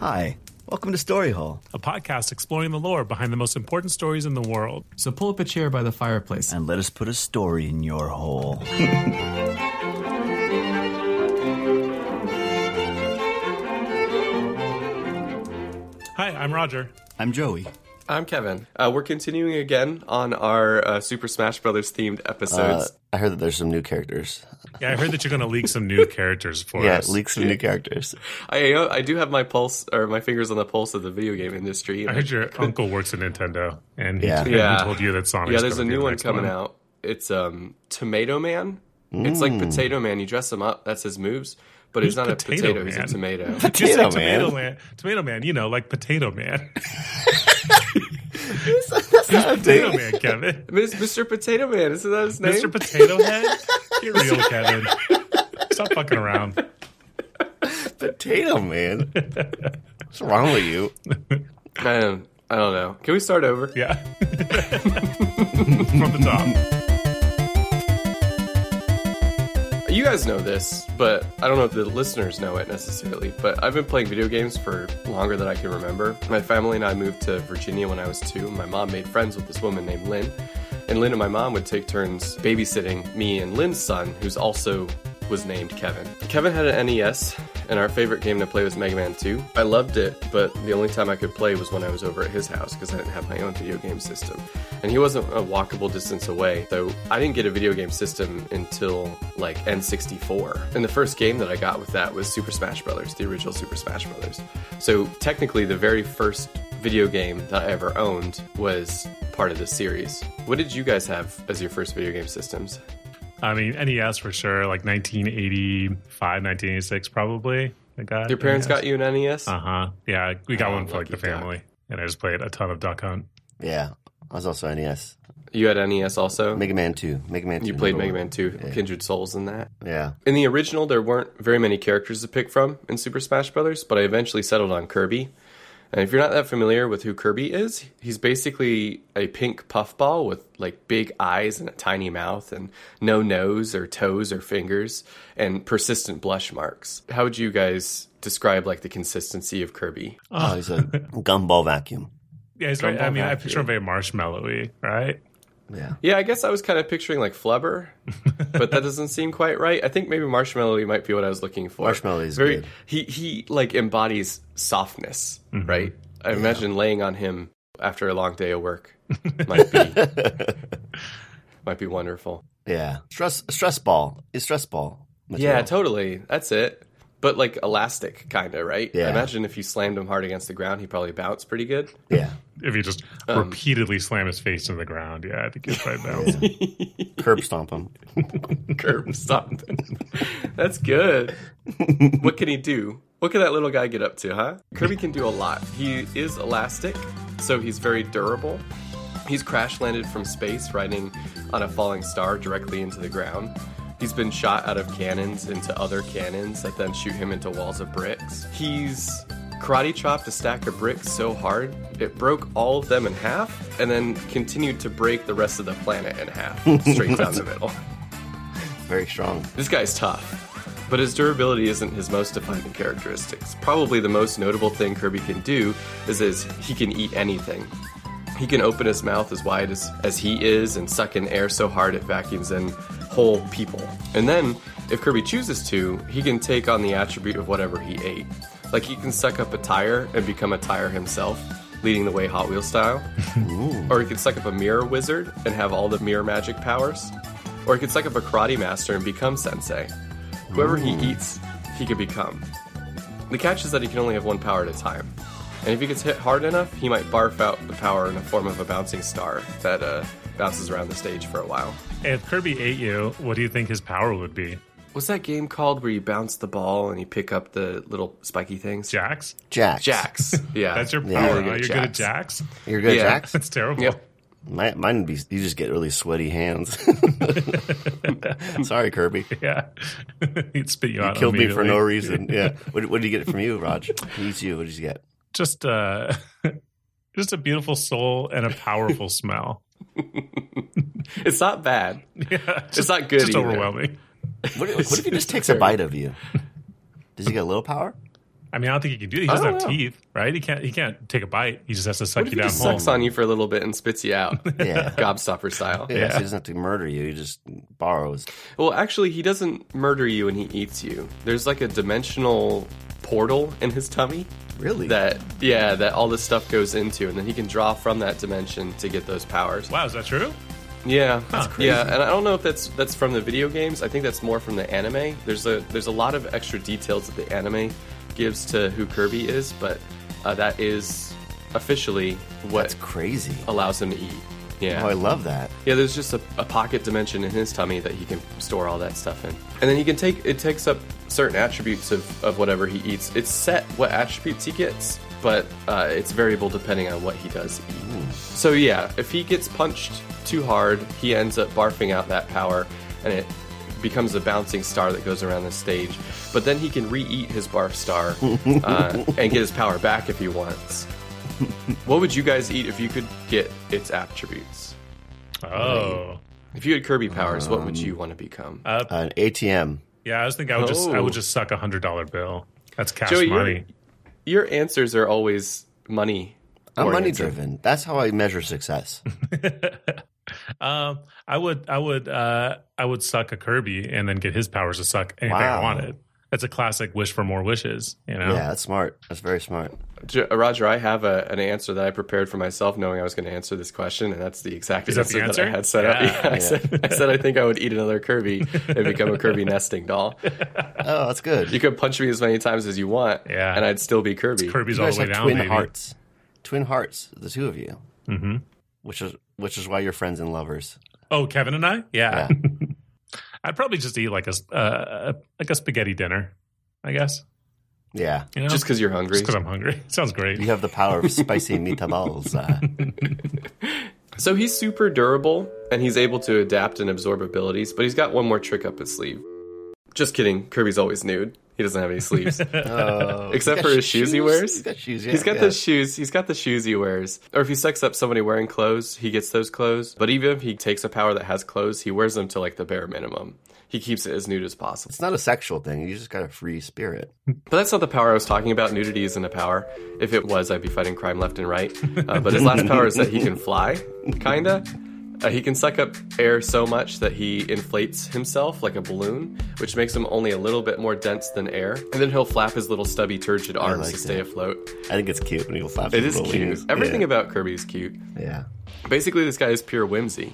Hi, welcome to Story Hole. a podcast exploring the lore behind the most important stories in the world. So pull up a chair by the fireplace. And let us put a story in your hole. Hi, I'm Roger. I'm Joey. I'm Kevin. Uh, we're continuing again on our uh, Super Smash Brothers themed episodes. Uh, I heard that there's some new characters. Yeah, I heard that you're going to leak some new characters for yeah, us. leaks some new characters. I uh, I do have my pulse or my fingers on the pulse of the video game industry. I heard your uncle works at Nintendo, and he, Yeah. and he Yeah. told you that Sonic. yeah, there's a new one coming out. It's um Tomato Man. It's like Potato Man. You dress him up. That's his moves. But he's Who's not Potato a potato. He's a Man? tomato. Just like Potato Tomato Man. Man, Tomato Man, you know, like Potato Man, That's not a Potato thing. Man, Kevin, Mis- Mr. Potato Man. Isn't that his name? Mr. Potato Head, get real, Kevin. Stop fucking around. Potato Man. What's wrong with you? I don't. I don't know. Can we start over? Yeah, from the top. You guys know this, but I don't know if the listeners know it necessarily. But I've been playing video games for longer than I can remember. My family and I moved to Virginia when I was two. My mom made friends with this woman named Lynn. And Lynn and my mom would take turns babysitting me and Lynn's son, who's also was named Kevin. Kevin had an NES, and our favorite game to play was Mega Man 2. I loved it, but the only time I could play was when I was over at his house because I didn't have my own video game system. And he wasn't a walkable distance away, so I didn't get a video game system until like N64. And the first game that I got with that was Super Smash Brothers, the original Super Smash Brothers. So technically, the very first video game that I ever owned was part of this series. What did you guys have as your first video game systems? I mean, NES for sure, like 1985, 1986, probably. I got Your parents NES. got you an E NES? Uh huh. Yeah, we got Oh, one for like the lucky duck. family, and I just played a ton of Duck Hunt. Yeah, I was also NES. You had NES also? Mega Man 2. Mega Man 2. You played number Mega Man 2, Kindred Souls, and that. one. Yeah. In the original, there weren't very many characters to pick from in Super Smash Bros., but I eventually settled on Kirby. And if you're not that familiar with who Kirby is, he's basically a pink puffball with like big eyes and a tiny mouth and no nose or toes or fingers and persistent blush marks. How would you guys describe like the consistency of Kirby? Oh, he's a gumball vacuum. Yeah, he's very, I Gumball mean, I Vacuum. picture him very marshmallowy, right? Yeah. Yeah, I guess I was kind of picturing like flubber, but that doesn't seem quite right. I think maybe marshmallow might be what I was looking for. Marshmallow is very good. he he like embodies softness, Mm-hmm. right? I imagine laying on him after a long day of work might be might be wonderful. Yeah. Stress stress ball. It's stress ball. Yeah, material. totally. That's it. But like elastic kind of, right? Yeah. I imagine if you slammed him hard against the ground, he probably bounced pretty good. yeah. If you just Um, repeatedly slam his face into the ground, yeah, I think he's right now. Curb stomp him. curb something. That's good. What can he do? What can that little guy get up to, huh? Kirby can do a lot. He is elastic, so he's very durable. He's crash landed from space, riding on a falling star directly into the ground. He's been shot out of cannons into other cannons that then shoot him into walls of bricks. He's karate chopped a stack of bricks so hard it broke all of them in half and then continued to break the rest of the planet in half straight down the middle. Very strong. This guy's tough, but his durability isn't his most defining characteristics. Probably the most notable thing Kirby can do is, is he can eat anything. He can open his mouth as wide as, as he is and suck in air so hard it vacuums in whole people. And then, if Kirby chooses to, he can take on the attribute of whatever he ate. Like he can suck up a tire and become a tire himself, leading the way Hot Wheel style. or he can suck up a mirror wizard and have all the mirror magic powers. Or he could suck up a karate master and become sensei. Whoever he eats, he could become. The catch is that he can only have one power at a time. And if he gets hit hard enough, he might barf out the power in the form of a bouncing star that uh, bounces around the stage for a while. if Kirby ate you, what do you think his power would be? What's that game called where you bounce the ball and you pick up the little spiky things? Jax? Jack. Jacks. Yeah. That's your power. Yeah, huh? you're You're, good at good at Jax? You're good, Yeah. Jax. That's terrible. Yep. My, mine would be you just get really sweaty hands. Sorry, Kirby. Yeah. He'd spit you, out. Killed me for no immediately. reason. Yeah. What, what did you get from you, Raj? He's you. What did you get? Just, uh, just a beautiful soul and a powerful smell. It's not bad. Yeah. Just, It's not good Just either. overwhelming. What, what if he just takes a bite of you? Does he get a little power? I mean, I don't think he can do that. He I doesn't don't have know. teeth, right? He can't. He can't take a bite. He just has to suck What if you he down just whole. sucks on you for a little bit and spits you out, Yeah. gobstopper style? Yeah, so he doesn't have to murder you. He just borrows. Well, actually, he doesn't murder you and he eats you. There's like a dimensional portal in his tummy Really? that, yeah, that all this stuff goes into, and then he can draw from that dimension to get those powers. Wow, is that true? Yeah, yeah, and I don't know if that's that's from the video games. I think that's more from the anime. There's a there's a lot of extra details that the anime gives to who Kirby is, but uh, that is officially what That's crazy. allows him to eat. Yeah, Oh, I love that. yeah, there's just a, a pocket dimension in his tummy that he can store all that stuff in. And then he can take it takes up certain attributes of, of whatever he eats. It's set what attributes he gets, but uh, it's variable depending on what he does eat. So yeah, if he gets punched too hard, he ends up barfing out that power and it becomes a bouncing star that goes around the stage. But then he can re-eat his barf star uh, and get his power back if he wants. What would you guys eat if you could get its attributes? Oh, If you had Kirby powers, what would Um, you want to become? uh, An ATM. yeah. I was thinking I would just. I Oh. would just suck a hundred dollar bill. That's cash Joey, you're- money. Your answers are always money. I'm money oriented. driven. That's how I measure success. Um, I would. I would. Uh, I would suck a Kirby and then get his powers to suck anything I Wow. wanted. That's a classic wish for more wishes. You know. Yeah, that's smart. That's very smart. J- uh, Roger, I have a, an answer that I prepared for myself, knowing I was going to answer this question, and that's the exact Is that answer, the that I answer? had set up. Yeah. Yeah, I, said, I said I think I would eat another Kirby and become a Kirby nesting doll. Oh, that's good. You could punch me as many times as you want, Yeah. and I'd still be Kirby. Kirby's You all guys the way have down. twin baby. hearts, twin hearts, the two of you. Mm-hmm. Which is which is why you're friends and lovers. Oh, Kevin and I. Yeah. Yeah. I'd probably just eat like a s- uh, like a spaghetti dinner. I guess. Yeah, You know? Just because you're hungry. because I'm hungry. Sounds great. you have the power of spicy meatballs. Uh, So he's super durable, and he's able to adapt and absorb abilities, but he's got one more trick up his sleeve. Just kidding. Kirby's always nude. He doesn't have any sleeves. oh. Except He's got for his shoes he wears? He's got shoes. Yeah, He's got yeah. the shoes. He's got the shoes he wears. Or if he sucks up somebody wearing clothes, he gets those clothes. But even if he takes a power that has clothes, he wears them to like the bare minimum. He keeps it as nude as possible. It's not a sexual thing. You just got a free spirit. But that's not the power I was talking about. Nudity isn't a power. If it was, I'd be fighting crime left and right. Uh, but his last power is that he can fly, kinda. Uh, he can suck up air so much that he inflates himself like a balloon, which makes him only a little bit more dense than air. And then he'll flap his little stubby, turgid arms like to stay that. afloat. I think it's cute when he flaps. It his is little cute. wings. Everything yeah. about Kirby is cute. yeah. Basically, this guy is pure whimsy.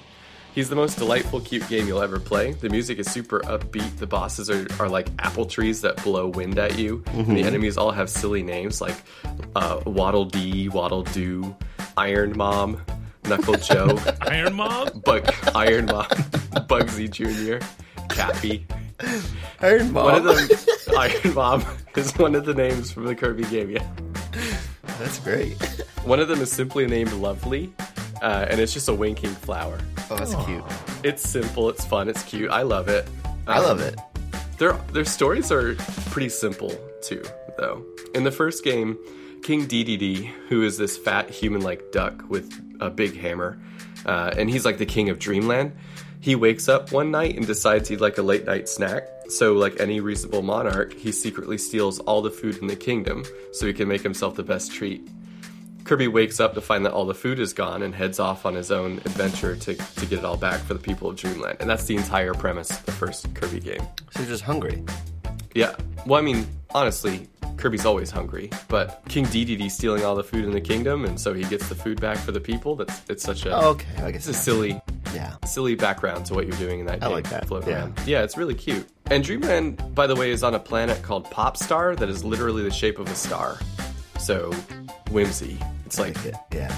He's the most delightful, cute game you'll ever play. The music is super upbeat. The bosses are, are like apple trees that blow wind at you. And the enemies all have silly names like uh, Waddle Dee, Waddle Doo, Iron Mom, Knuckle Joe, Iron Mom. Bug Iron Mom, Bugsy Jr., Cappy. Iron Mom. One of them, Iron Mom, is one of the names from the Kirby game. Yeah. That's great. One of them is simply named Lovely, uh, and it's just a winking flower. Oh, that's cute. It's simple, it's fun, it's cute. I love it. I love it. Their their stories are pretty simple too, though. In the first game, King DDD, who is this fat human-like duck with a big hammer, uh, and he's like the king of Dreamland. He wakes up one night and decides he'd like a late night snack. So, like any reasonable monarch, he secretly steals all the food in the kingdom so he can make himself the best treat. Kirby wakes up to find that all the food is gone and heads off on his own adventure to, to get it all back for the people of Dreamland. And that's the entire premise of the first Kirby game. So you're just hungry. Yeah. Well, I mean, honestly, Kirby's always hungry, but King Dedede stealing all the food in the kingdom, and so he gets the food back for the people. That's it's such a Oh, okay, I guess it's a silly Yeah. silly background to what you're doing in that I game. like that, floating yeah. around. Yeah, it's really cute. And Dreamland, by the way, is on a planet called Popstar that is literally the shape of a star. So whimsy. It's like Yeah. Yeah.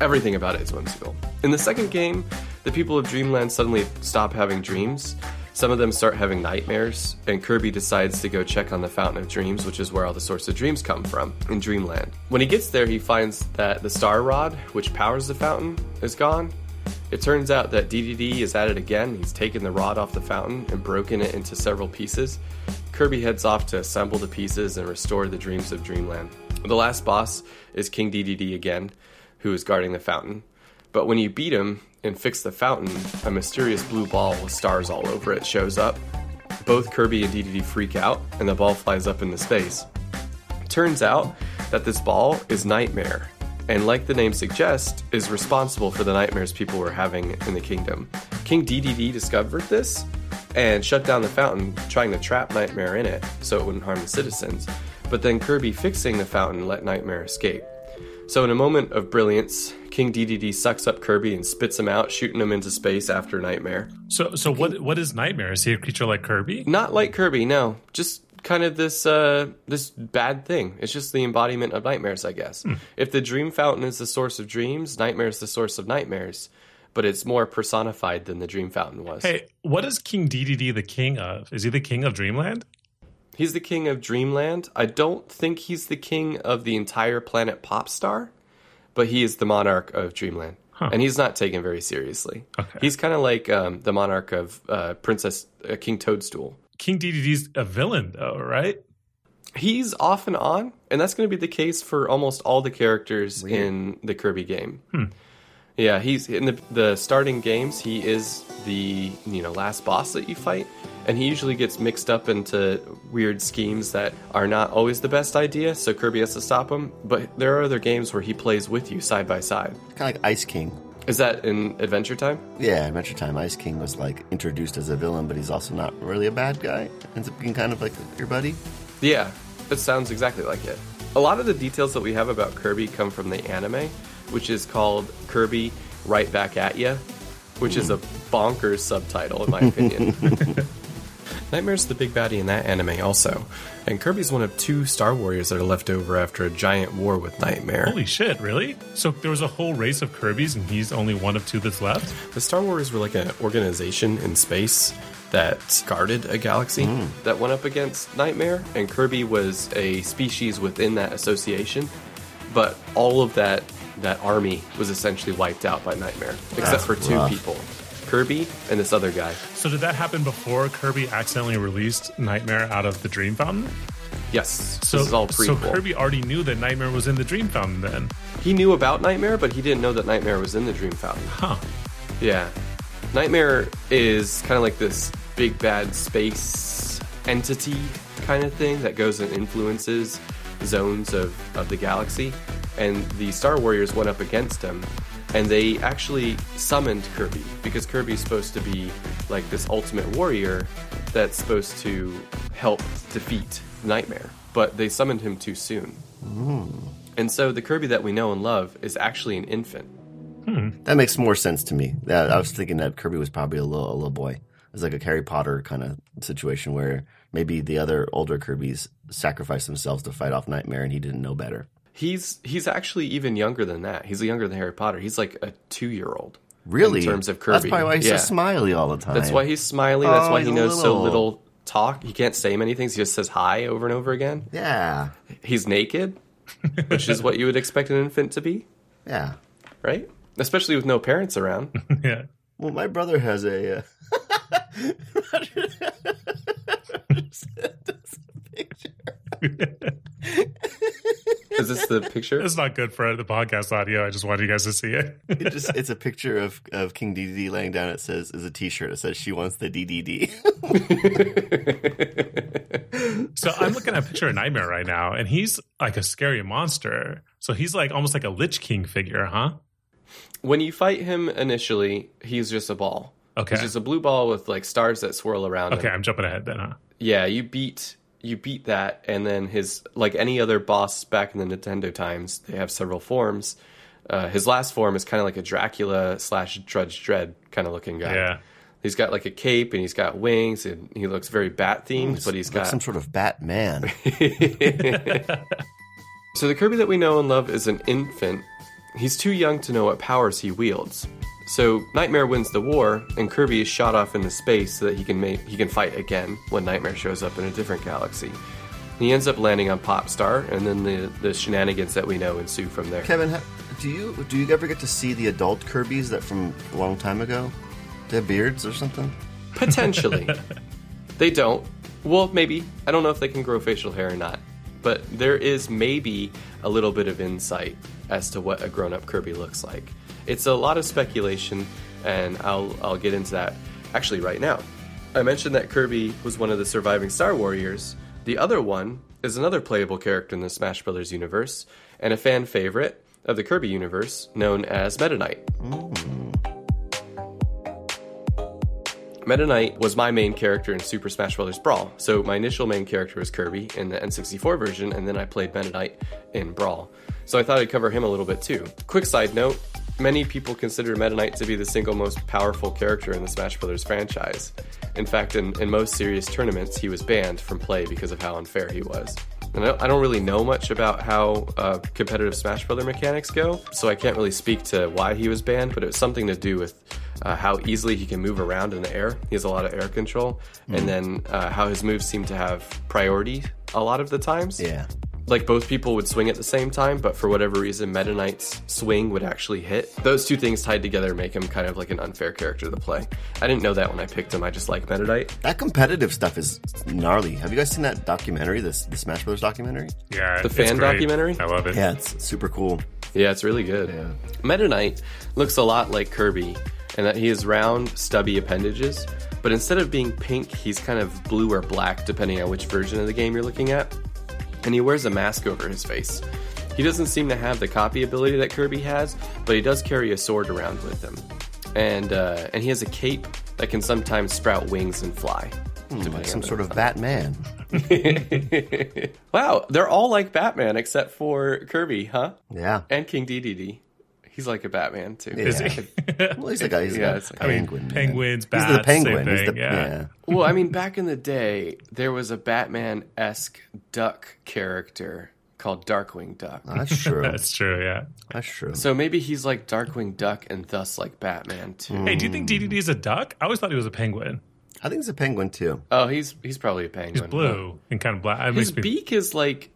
Everything about it is whimsical. In the second game, the people of Dreamland suddenly stop having dreams. Some of them start having nightmares, and Kirby decides to go check on the Fountain of Dreams, which is where all the source of dreams come from in Dreamland. When he gets there, he finds that the Star Rod, which powers the fountain, is gone. It turns out that DDD is at it again. He's taken the rod off the fountain and broken it into several pieces. Kirby heads off to assemble the pieces and restore the dreams of Dreamland. The last boss is King DDD again, who is guarding the fountain. But when you beat him and fix the fountain, a mysterious blue ball with stars all over it shows up. Both Kirby and DDD freak out, and the ball flies up into space. Turns out that this ball is Nightmare, and like the name suggests, is responsible for the nightmares people were having in the kingdom. King DDD discovered this and shut down the fountain, trying to trap Nightmare in it so it wouldn't harm the citizens. But then Kirby fixing the fountain let Nightmare escape. So, in a moment of brilliance, King DDD sucks up Kirby and spits him out, shooting him into space after Nightmare. So, so what? What is Nightmare? Is he a creature like Kirby? Not like Kirby, no. Just kind of this uh, this bad thing. It's just the embodiment of nightmares, I guess. Hmm. If the dream fountain is the source of dreams, nightmare is the source of nightmares, but it's more personified than the dream fountain was. Hey, what is King DDD the king of? Is he the king of Dreamland? He's the king of Dreamland. I don't think he's the king of the entire planet Popstar, but he is the monarch of Dreamland. And he's not taken very seriously. Okay. He's kind of like um, the monarch of uh, Princess uh, King Toadstool. King DDD's a villain, though, right? He's off and on, and that's going to be the case for almost all the characters in the Kirby game. Yeah, he's in the the starting games. He is the you know last boss that you fight, and he usually gets mixed up into weird schemes that are not always the best idea. So Kirby has to stop him. But there are other games where he plays with you side by side. Kind of like Ice King. Is that in Adventure Time? Yeah, Adventure Time Ice King was like introduced as a villain, but he's also not really a bad guy. Ends up being kind of like your buddy. Yeah, that sounds exactly like it. A lot of the details that we have about Kirby come from the anime, which is called Kirby Right Back at Ya, which is a bonkers subtitle, in my opinion. Nightmare's the big baddie in that anime, also. And Kirby's one of two Star Warriors that are left over after a giant war with Nightmare. Holy shit, really? So there was a whole race of Kirby's, and he's only one of two that's left. The Star Wars were like an organization in space that guarded a galaxy Mm. that went up against Nightmare, and Kirby was a species within that association. But all of that that army was essentially wiped out by Nightmare, except for two rough. people, Kirby and this other guy. So did that happen before Kirby accidentally released Nightmare out of the Dream Fountain? Yes, So, this is all so prequel. Kirby already knew that Nightmare was in the Dream Fountain then. He knew about Nightmare, but he didn't know that Nightmare was in the Dream Fountain. Huh. Yeah. Nightmare is kind of like this big bad space entity kind of thing that goes and influences zones of, of the galaxy. And the Star Warriors went up against him and they actually summoned Kirby because Kirby's supposed to be like this ultimate warrior that's supposed to help defeat Nightmare. But they summoned him too soon. And so the Kirby that we know and love is actually an infant. That makes more sense to me. That I was thinking that Kirby was probably a little a little boy. It's like a Harry Potter kind of situation where maybe the other older Kirby's sacrificed themselves to fight off Nightmare, and he didn't know better. He's he's actually even younger than that. He's younger than Harry Potter. He's like a two year old. Really, In terms of that's Kirby, probably why he's yeah. so smiley all the time. That's why he's smiley. That's Oh, why he he's knows so little. little talk. He can't say many things. He just says hi over and over again. yeah, He's naked, which is what you would expect an infant to be, yeah. right? Especially with no parents around. Yeah. Well, my brother has a. Uh, Is this the picture? It's not good for the podcast audio. I just wanted you guys to see it. it just, it's a picture of, of King DDD laying down. It says is a T-shirt. It says she wants the DDD. So I'm looking at a picture of Nightmare right now, and he's like a scary monster. So he's like almost like a Lich King figure, huh? When you fight him initially, he's just a ball. Okay. He's just a blue ball with like stars that swirl around Okay, him. I'm jumping ahead then, huh? Yeah, you beat you beat that, and then his like any other boss back in the Nintendo times, they have several forms. Uh, his last form is kind of like a Dracula slash Drudge Dread kind of looking guy. Yeah. He's got like a cape and he's got wings and he looks very bat themed, but he's like got some sort of Batman. So the Kirby that we know and love is an infant. He's too young to know what powers he wields. So Nightmare wins the war, and Kirby is shot off into space so that he can make, he can fight again when Nightmare shows up in a different galaxy. He ends up landing on Popstar, and then the, the shenanigans that we know ensue from there. Kevin, ha- do you do you ever get to see the adult Kirby's that from a long time ago? They have beards or something. Potentially, they don't. Well, maybe I don't know if they can grow facial hair or not, but there is maybe a little bit of insight as to what a grown-up Kirby looks like. It's a lot of speculation, and I'll I'll get into that actually right now. I mentioned that Kirby was one of the surviving Star Warriors. The other one is another playable character in the Smash Brothers universe and a fan favorite of the Kirby universe known as Meta Knight. Meta Knight was my main character in Super Smash Bros. Brawl. So my initial main character was Kirby in the N64 version, and then I played Meta Knight in Brawl. So I thought I'd cover him a little bit too. Quick side note many people consider Meta Knight to be the single most powerful character in the Smash Bros. franchise. In fact, in, in most serious tournaments, he was banned from play because of how unfair he was. And I don't- I don't really know much about how uh, competitive Smash Brother mechanics go, so I can't really speak to why he was banned, but it was something to do with uh, how easily he can move around in the air. He has a lot of air control, and then uh, how his moves seem to have priority a lot of the times. Yeah. Like both people would swing at the same time, but for whatever reason, Meta Knight's swing would actually hit. Those two things tied together make him kind of like an unfair character to play. I didn't know that when I picked him, I just like Meta Knight. That competitive stuff is gnarly. Have you guys seen that documentary, this the Smash Brothers documentary? Yeah, The it's fan great. documentary? I love it. Yeah, it's super cool. Yeah, it's really good. Meta Knight looks a lot like Kirby in that he has round, stubby appendages, but instead of being pink, he's kind of blue or black, depending on which version of the game you're looking at. And he wears a mask over his face. He doesn't seem to have the copy ability that Kirby has, but he does carry a sword around with him. And, uh, and he has a cape that can sometimes sprout wings and fly. Hmm, Like some sort of Batman. Wow, they're all like Batman except for Kirby, huh? Yeah. And King DDD. He's like a Batman, too. Yeah. well, he's like a, he's Yeah, like it's a like- penguin. man. penguins, He's bats, the penguin. same He's the, thing, yeah. Well, I mean, back in the day, there was a Batman esque duck character called Darkwing Duck. That's true. That's true, yeah. That's true. So maybe he's like Darkwing Duck and thus like Batman too. Hmm. Hey, do you think DDD is a duck? I always thought he was a penguin. I think he's a penguin too. Oh, he's he's probably a penguin. He's blue and kind of black. It His makes me- beak is like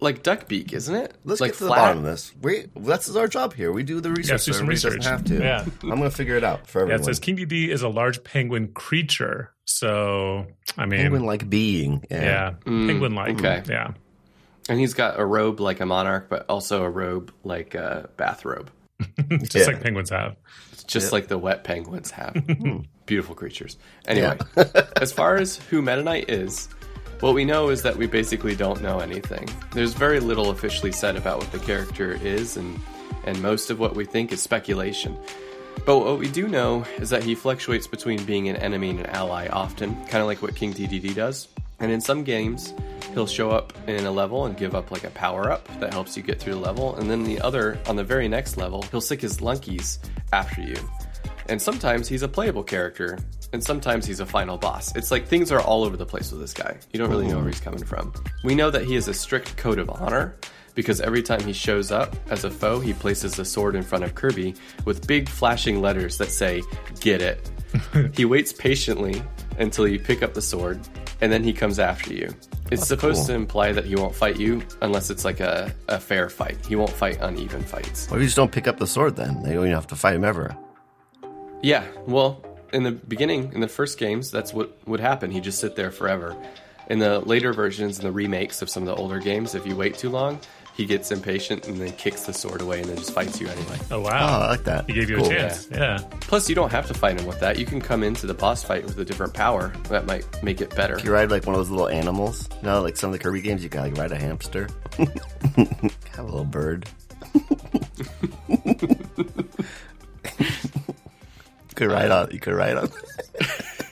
like duck beak, isn't it? Let's like get to the bottom of this. We that's our job here. We do the research. do some Everybody research. Doesn't have to. Yeah. I'm gonna figure it out for yeah, everyone. it says King DDD is a large penguin creature. So, I mean, penguin like being. Yeah. yeah, penguin like. Mm, okay. Yeah. And he's got a robe like a monarch, but also a robe like a bathrobe. Just Yeah. like penguins have. It's just like the wet penguins have. Beautiful creatures. Anyway, as far as who Meta Knight is, what we know is that we basically don't know anything. There's very little officially said about what the character is, and, and most of what we think is speculation. But what we do know is that he fluctuates between being an enemy and an ally often, kind of like what King DDD does. And in some games, he'll show up in a level and give up like a power up that helps you get through the level. And then the other, on the very next level, he'll sick his lunkies after you. And sometimes he's a playable character, and sometimes he's a final boss. It's like things are all over the place with this guy. You don't really know where he's coming from. We know that he has a strict code of honor because every time he shows up as a foe, he places a sword in front of Kirby with big flashing letters that say, Get it. he waits patiently until you pick up the sword, and then he comes after you. It's supposed to imply that he won't fight you unless it's like a, a fair fight. He won't fight uneven fights. Well, you just don't pick up the sword then. You don't even have to fight him ever. Yeah, well, in the beginning, in the first games, that's what would happen. He'd just sit there forever. In the later versions and the remakes of some of the older games, if you wait too long, he gets impatient and then kicks the sword away and then just fights you anyway. Oh, Oh, I wow. like that. he gave you Cool. a chance. Yeah. Plus, you don't have to fight him with that. You can come into the boss fight with a different power that might make it better. You ride like one of those little animals. You know, like some of the Kirby games, you can like ride a hamster. have a little bird. you could ride on. You could ride on.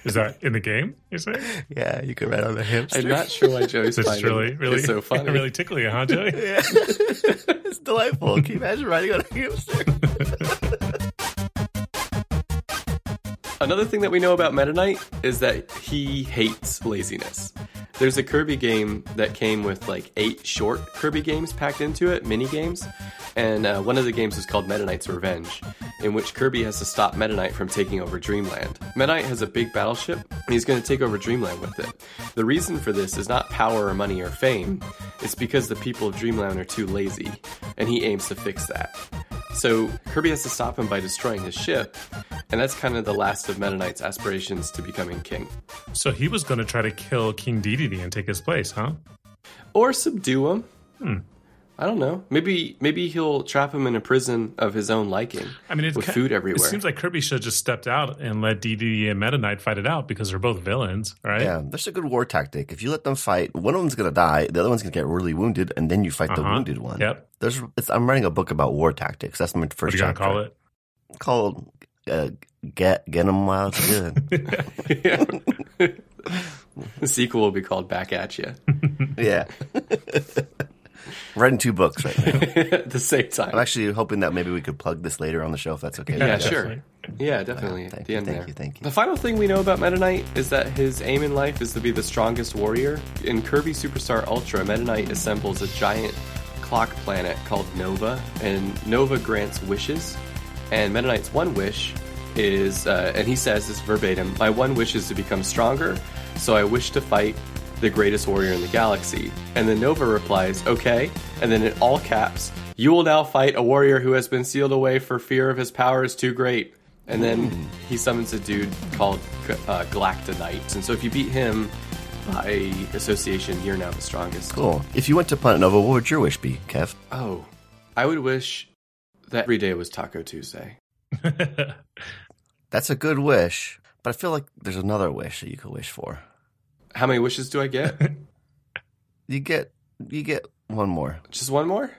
Is that in the game, you're saying? Yeah, you could ride on a hamster. I'm not sure why Joey's That's finding really, it really, so funny. really tickly, huh, Joey? It's delightful. Can you imagine riding on a hamster? Another thing that we know about Meta Knight is that he hates laziness. There's a Kirby game that came with like eight short Kirby games packed into it, mini games, and uh, one of the games was called Meta Knight's Revenge, in which Kirby has to stop Meta Knight from taking over Dreamland. Meta Knight has a big battleship, and he's going to take over Dreamland with it. The reason for this is not power or money or fame, it's because the people of Dreamland are too lazy, and he aims to fix that. So Kirby has to stop him by destroying his ship, and that's kind of the last of Meta Knight's aspirations to becoming king. So he was going to try to kill King DDD and take his place, huh? Hmm. Or subdue him. I don't know. Maybe maybe he'll trap him in a prison of his own liking. I mean, it's with ki- food everywhere. It seems like Kirby should have just stepped out and let DDD and Meta Knight fight it out because they're both villains, right? Yeah, that's a good war tactic. If you let them fight, one of them's going to die, the other one's going to get really wounded, and then you fight the Uh-huh. wounded one. Yep. There's, it's, I'm writing a book about war tactics. That's my What first are you gonna chapter. call it? Called uh, Get Get 'em While It's Good. the sequel will be called Back at You yeah. writing two books right now. at the same I'm time. actually hoping that maybe we could plug this later on the show if that's okay. Yeah, Yeah, sure. Yeah, definitely. Thank at the you, end thank there. you, thank you. The final thing we know about Meta Knight is that his aim in life is to be the strongest warrior. In Kirby Superstar Ultra, Meta Knight assembles a giant clock planet called Nova, and Nova grants wishes. And Meta Knight's one wish is, uh, and he says this verbatim My one wish is to become stronger, so I wish to fight the greatest warrior in the galaxy. And then Nova replies, okay. And then in all caps, you will now fight a warrior who has been sealed away for fear of his power is too great. And then he summons a dude called uh, Galactonite. And so if you beat him by association, you're now the strongest. Cool. If you went to Planet Nova, what would your wish be, Kev? Oh, I would wish that every day was Taco Tuesday. That's a good wish, but I feel like there's another wish that you could wish for. How many wishes do I get? You get you get one more. Just one more?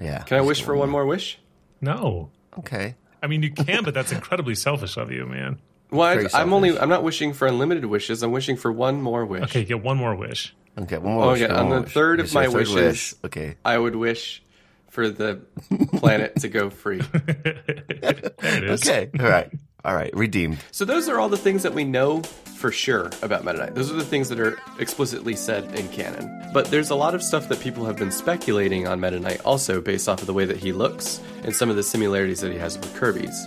Yeah. Can I wish for one more wish? no. Okay. I mean, you can, but that's incredibly selfish of you, man. Well, I, Very I'm only selfish. I'm not wishing for unlimited wishes. I'm wishing for one more wish. Okay, get one more wish. Okay, one more. Oh, wish, yeah, one on more the wish. third of Here's your my third wishes- wish. Okay. I would wish for the planet to go free. There it is. Okay. All right. All right. Redeemed. So those are all the things that we know for sure about Meta Knight. Those are the things that are explicitly said in canon. But there's a lot of stuff that people have been speculating on Meta Knight also based off of the way that he looks and some of the similarities that he has with Kirby's.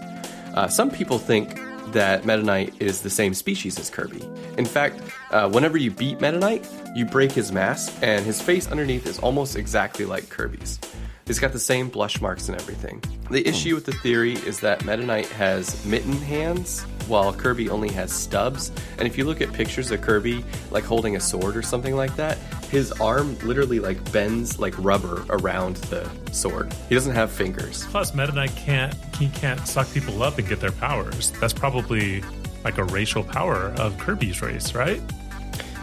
Uh, some people think that Meta Knight is the same species as Kirby. In fact, uh, whenever you beat Meta Knight, you break his mask, and his face underneath is almost exactly like Kirby's. He's got the same blush marks and everything. The issue with the theory is that Meta Knight has mitten hands, while Kirby only has stubs. And if you look at pictures of Kirby, like holding a sword or something like that, his arm literally like bends like rubber around the sword. He doesn't have fingers. Plus, Meta Knight can't he can't suck people up and get their powers. That's probably like a racial power of Kirby's race, right?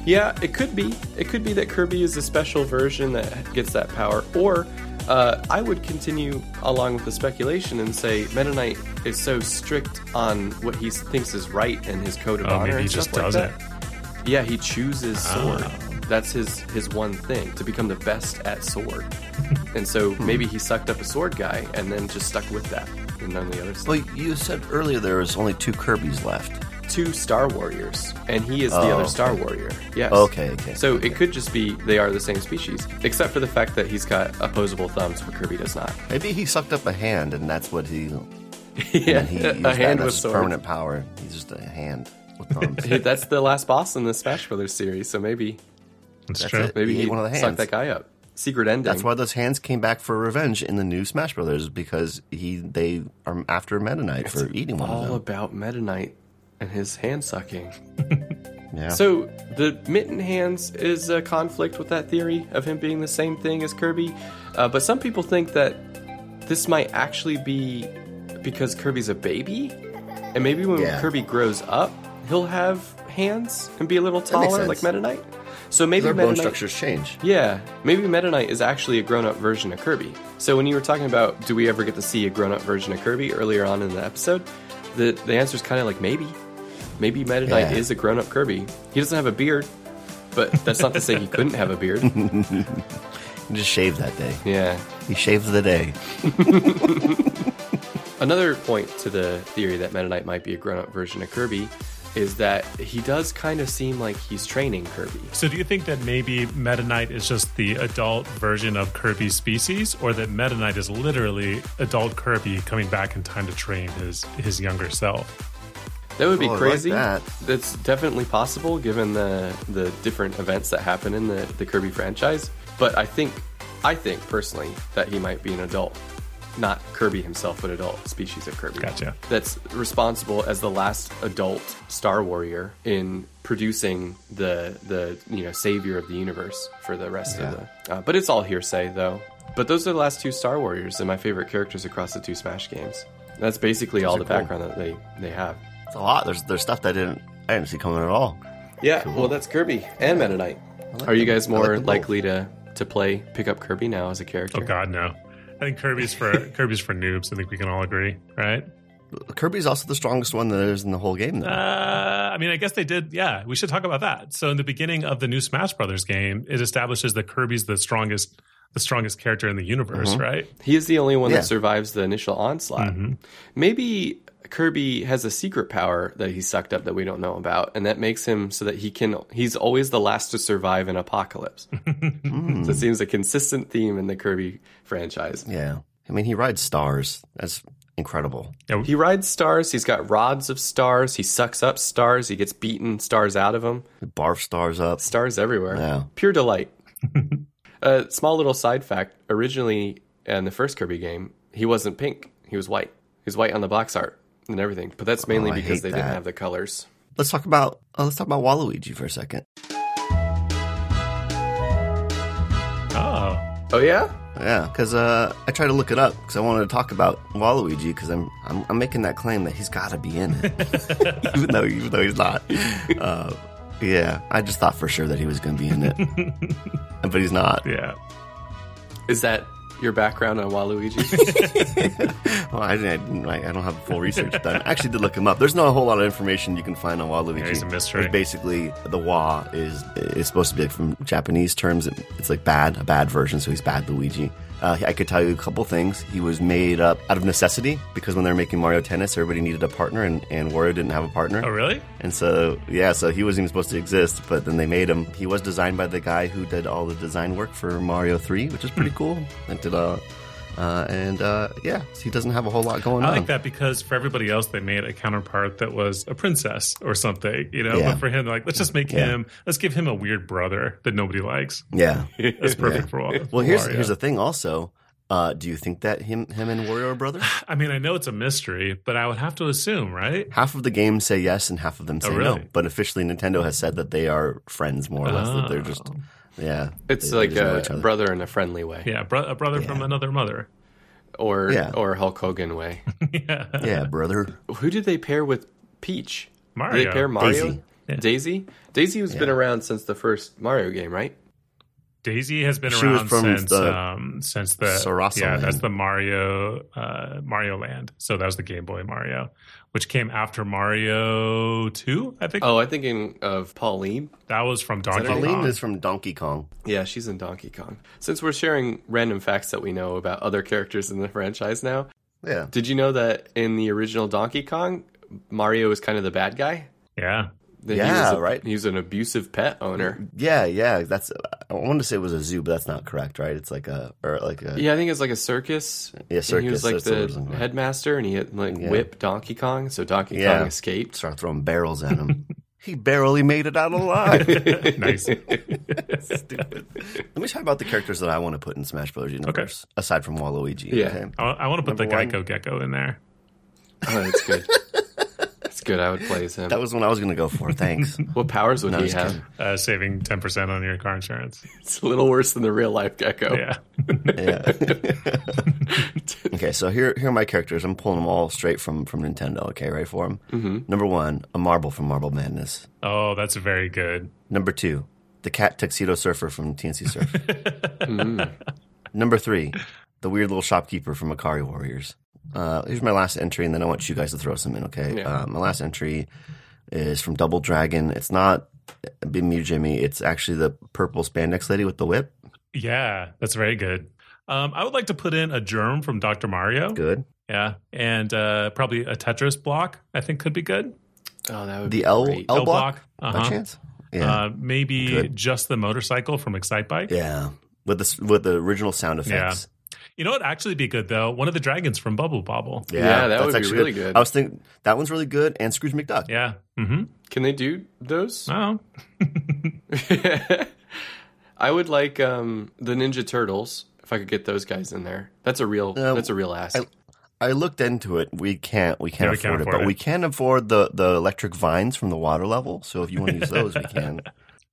Yeah, it could be. It could be that Kirby is a special version that gets that power. Or uh, I would continue along with the speculation and say Meta Knight is so strict on what he thinks is right and his code of Oh, honor. maybe he and just stuff does like it. Oh. that. Yeah, he chooses sword. That's his his one thing to become the best at sword. and so Hmm. maybe he sucked up a sword guy and then just stuck with that and none of the other stuff. Well, you said earlier there was only two Kirby's left. two Star Warriors, and he is the Oh, other Star Warrior. Yes. Okay, okay, So it could just be they are the same species, except for the fact that he's got opposable thumbs where Kirby does not. Maybe he sucked up a hand, and that's what he. yeah, and he used a that hand as his with swords. permanent power. He's just a hand with thumbs. Hey, That's the last boss in the Smash Brothers series, so maybe That's, That's true. it. maybe He he, ate one of the sucked hands. that guy up. Secret ending. That's why those hands came back for revenge in the new Smash Brothers because he they are after Meta Knight for eating one of all them. about Meta Knight and his hand sucking. yeah. So the mitten hands is a conflict with that theory of him being the same thing as Kirby, uh, but some people think that this might actually be because Kirby's a baby, and maybe when Yeah. Kirby grows up, he'll have hands and be a little makes taller like sense. Meta Knight. So maybe their Meta bone Knight- structures change. yeah, maybe Meta Knight is actually a grown up version of Kirby. So when you were talking about do we ever get to see a grown up version of Kirby earlier on in the episode, the, the answer is kind of like maybe. Maybe Meta Knight Yeah. is a grown up Kirby. He doesn't have a beard, but that's not to say he couldn't have a beard. He just shaved that day. Yeah. He shaved the day. Another point to the theory that Meta Knight might be a grown up version of Kirby is that he does kind of seem like he's training Kirby. So, do you think that maybe Meta Knight is just the adult version of Kirby's species, or that Meta Knight is literally adult Kirby coming back in time to train his his younger self? That would be Oh, I like crazy. that. That's definitely possible given the the different events that happen in the, the Kirby franchise. But I think I think personally that he might be an adult. Not Kirby himself, but adult species of Kirby. Gotcha. That's responsible as the last adult Star Warrior in producing the the you know savior of the universe for the rest of the. Uh, but it's all hearsay though. But those are the last two Star Warriors and my favorite characters across the two Smash games. That's basically all the are cool. background that they, they have. It's a lot. There's there's stuff that I didn't I didn't see coming at all. Yeah, well, that's Kirby and Meta Knight. Are you guys more likely to, to play, pick up Kirby now as a character? Oh God, no. I think Kirby's for Kirby's for noobs. I think we can all agree, right? Kirby's also the strongest one that there is in the whole game, though. Uh, I mean, I guess they did. Yeah, we should talk about that. So, in the beginning of the new Smash Brothers game, it establishes that Kirby's the strongest, the strongest character in the universe, Mm-hmm. right? He is the only one Yeah. that survives the initial onslaught. Maybe Kirby has a secret power that he sucked up that we don't know about, and that makes him so that he can. He's always the last to survive an apocalypse. So it seems a consistent theme in the Kirby franchise. yeah, I mean he rides stars. That's incredible. He rides stars. He's got rods of stars. He sucks up stars. He gets beaten stars out of him. He barf stars up. Stars everywhere. Yeah. Pure delight. A small little side fact originally in the first Kirby game, he wasn't pink. He was white. He was white on the box art and everything. But that's mainly Oh, I because hate they that. didn't have the colors. Let's talk about oh, let's talk about Waluigi for a second. Oh, Oh, yeah? Yeah, because uh, I tried to look it up because I wanted to talk about Waluigi because I'm, I'm I'm making that claim that he's got to be in it, even though even though he's not. Uh, yeah, I just thought for sure that he was going to be in it, but he's not. yeah. Is that your background on Waluigi? Well, I didn't. I, didn't- I I don't have full research done. I actually did look him up. There's not a whole lot of information you can find on Waluigi. Yeah, he's a mystery. It's basically, the Wa is is supposed to be like from Japanese terms. it- It's like bad, a bad version. So he's bad Luigi. Uh, I could tell you a couple things. He was made up out of necessity because when they were making Mario Tennis, everybody needed a partner, and, and Wario didn't have a partner. Oh, really? And so, yeah, so he wasn't even supposed to exist, but then they made him. He was designed by the guy who did all the design work for Mario 3, which is Hmm. pretty cool. And did, uh, uh, and uh, yeah, so he doesn't have a whole lot going I on. like that because for everybody else, they made a counterpart that was a princess or something, you know. Yeah. But for him, they're like, let's just make Yeah. him, let's give him a weird brother that nobody likes. Yeah. That's perfect for all. Well, here's Wario. here's the thing. Also, uh, do you think that him him and Wario are brothers? I mean, I know it's a mystery, but I would have to assume, right? Half of the games say yes, and half of them say no. Oh, really? But officially, Nintendo has said that they are friends, more or less. That they're Oh. just yeah. it's they- they like just know each a other. brother in a friendly way, Yeah, bro- a brother from another mother. or Yeah. or Hulk Hogan way. yeah. Yeah, brother. Who did they pair with Peach? Did Mario. they pair Mario? Daisy. Daisy. Daisy? has been around since the first Mario game, right? Daisy has been She was around from since the um, since the Sarasa yeah Land. that's the Mario uh, Mario Land. So that was the Game Boy Mario, which came after Mario Two. I think Oh, I'm thinking of Pauline. that was from Donkey Kong. Pauline is from Donkey Kong. Yeah, she's in Donkey Kong. Since we're sharing random facts that we know about other characters in the franchise now, Yeah. did you know that in the original Donkey Kong, Mario was kind of the bad guy? yeah, That Yeah, he was a- right. He was an abusive pet owner. Yeah, yeah, that's. I wanted to say it was a zoo, but that's not correct, right? It's like a or like a Yeah, I think it's like a circus. Yeah, And he circus, was like that's the word I the was looking for. headmaster, and he had like whip Donkey Kong, so Donkey Yeah. Kong escaped. start throwing barrels at him. he barely made it out alive. Let nice. me talk about the characters that I want to put in Smash Brothers Universe aside from Waluigi. Yeah. okay? I, want to put the Number Geico Gecko in there. Oh, that's good. that's good. I would play as him. that was what I was going to go for. Thanks. what powers would he just have? kidding. Uh, saving ten percent on your car insurance. It's a little worse than the real life gecko. Yeah, yeah. okay, so here here are my characters. I'm pulling them all straight from from Nintendo. Okay, right for them. Mm-hmm. Number one, a marble from Marble Madness. oh, that's very good. Number two, the cat tuxedo surfer from TNC Surf. Number three, the weird little shopkeeper from Akari Warriors. Uh, here's my last entry, and then I want you guys to throw some in, okay? Yeah. Uh, my last entry is from Double Dragon. It's not Bimu Jimmy, it's actually the purple spandex lady with the whip. Yeah, that's very good. Um, I would like to put in a germ from Doctor Mario. Good. Yeah, and uh, probably a Tetris block. I think could be good. Oh, that would The be L, great. L L block? block. By Uh-huh. chance? Yeah. Uh, maybe Good. just the motorcycle from Excite Bike. yeah. With the, s- with the original sound effects. You know what? would Actually, be good though. One of the dragons from Bubble Bobble. Yeah, Yeah, that that's would be actually really good. I was thinking that one's really good, and Scrooge McDuck. Yeah. Mm-hmm. Can they do those? Oh. I would like um, the Ninja Turtles if I could get those guys in there. That's a real. that's a real ask. I looked into it. We can't. We can't Yeah, we afford can't it, afford but it. we can afford the the electric vines from the water level. So if you want to use those, we can.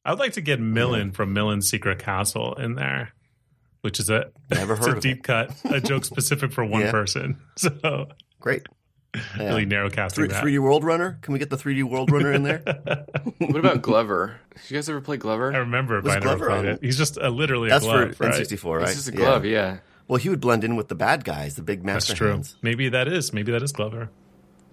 I would like to get Millen from Millen's Secret Castle in there. which is a Never it's heard a of deep it. cut, a joke specific for one Yeah. person. So Great. Yeah. really narrow casting Three, that. 3D World Runner? Can we get the 3D World Runner in there? What about Glover? Did you guys ever play Glover? I remember, but I never Glover played on it. it? He's just a, literally That's a glove, for right? N64, right? It's just a glove, Yeah. yeah. Well, he would blend in with the bad guys, the big That's master true. hands. Maybe that is. Maybe that is Glover.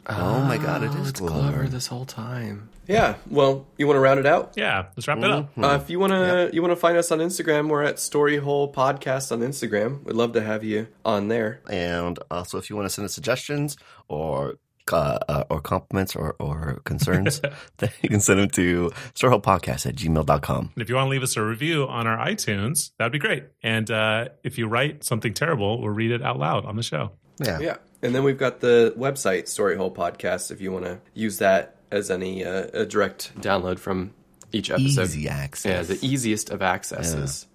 Oh my god, it is It's Glover. Glover this whole time. Yeah. Well, you want to round it out? Yeah, let's Mm-hmm. wrap it up. Uh, if you wanna you wanna find us on Instagram, we're at Story Hole Podcast on Instagram. We'd love to have you on there. And also, if you want to send us suggestions or uh, uh, or compliments or, or concerns, then you can send them to storyholepodcast at gmail.com. And if you want to leave us a review on our iTunes, that'd be great. And uh, if you write something terrible, we'll read it out loud on the show. Yeah. Yeah. And then we've got the website Story Hole Podcast. If you wanna use that as any uh, a direct download from each episode. Easy Yeah, access. the e- easiest of accesses.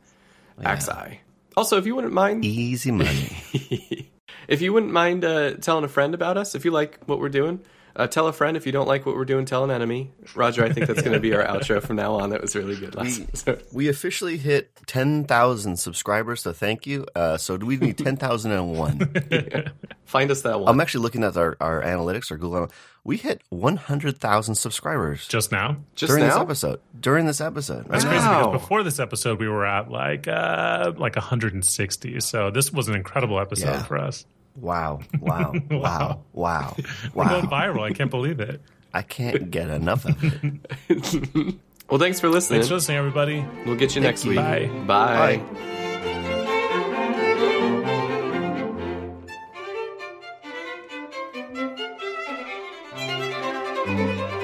Axi. Also, if you wouldn't mind, Easy money. if you wouldn't mind uh, telling a friend about us, if you like what we're doing, uh, tell a friend. If you don't like what we're doing, tell an enemy. Roger, I think that's going to be our outro from now on. That was really good last episode. we officially hit 10,000 subscribers, so thank you. Uh, so do we need 10,001? Find us that one. I'm actually looking at our, our analytics or Google. Analytics. We hit 100,000 subscribers Just now. Just during now? this episode. During this episode. It's crazy because Wow. before this episode, we were at like uh, like 160. So this was an incredible episode Yeah. for us. Wow. Wow. Wow. Wow. Going Wow. viral. I can't believe it. I can't get enough of it. Well, thanks for listening. Thanks for listening, everybody. we'll get you next you. week. Bye. Bye. Bye. Thank you.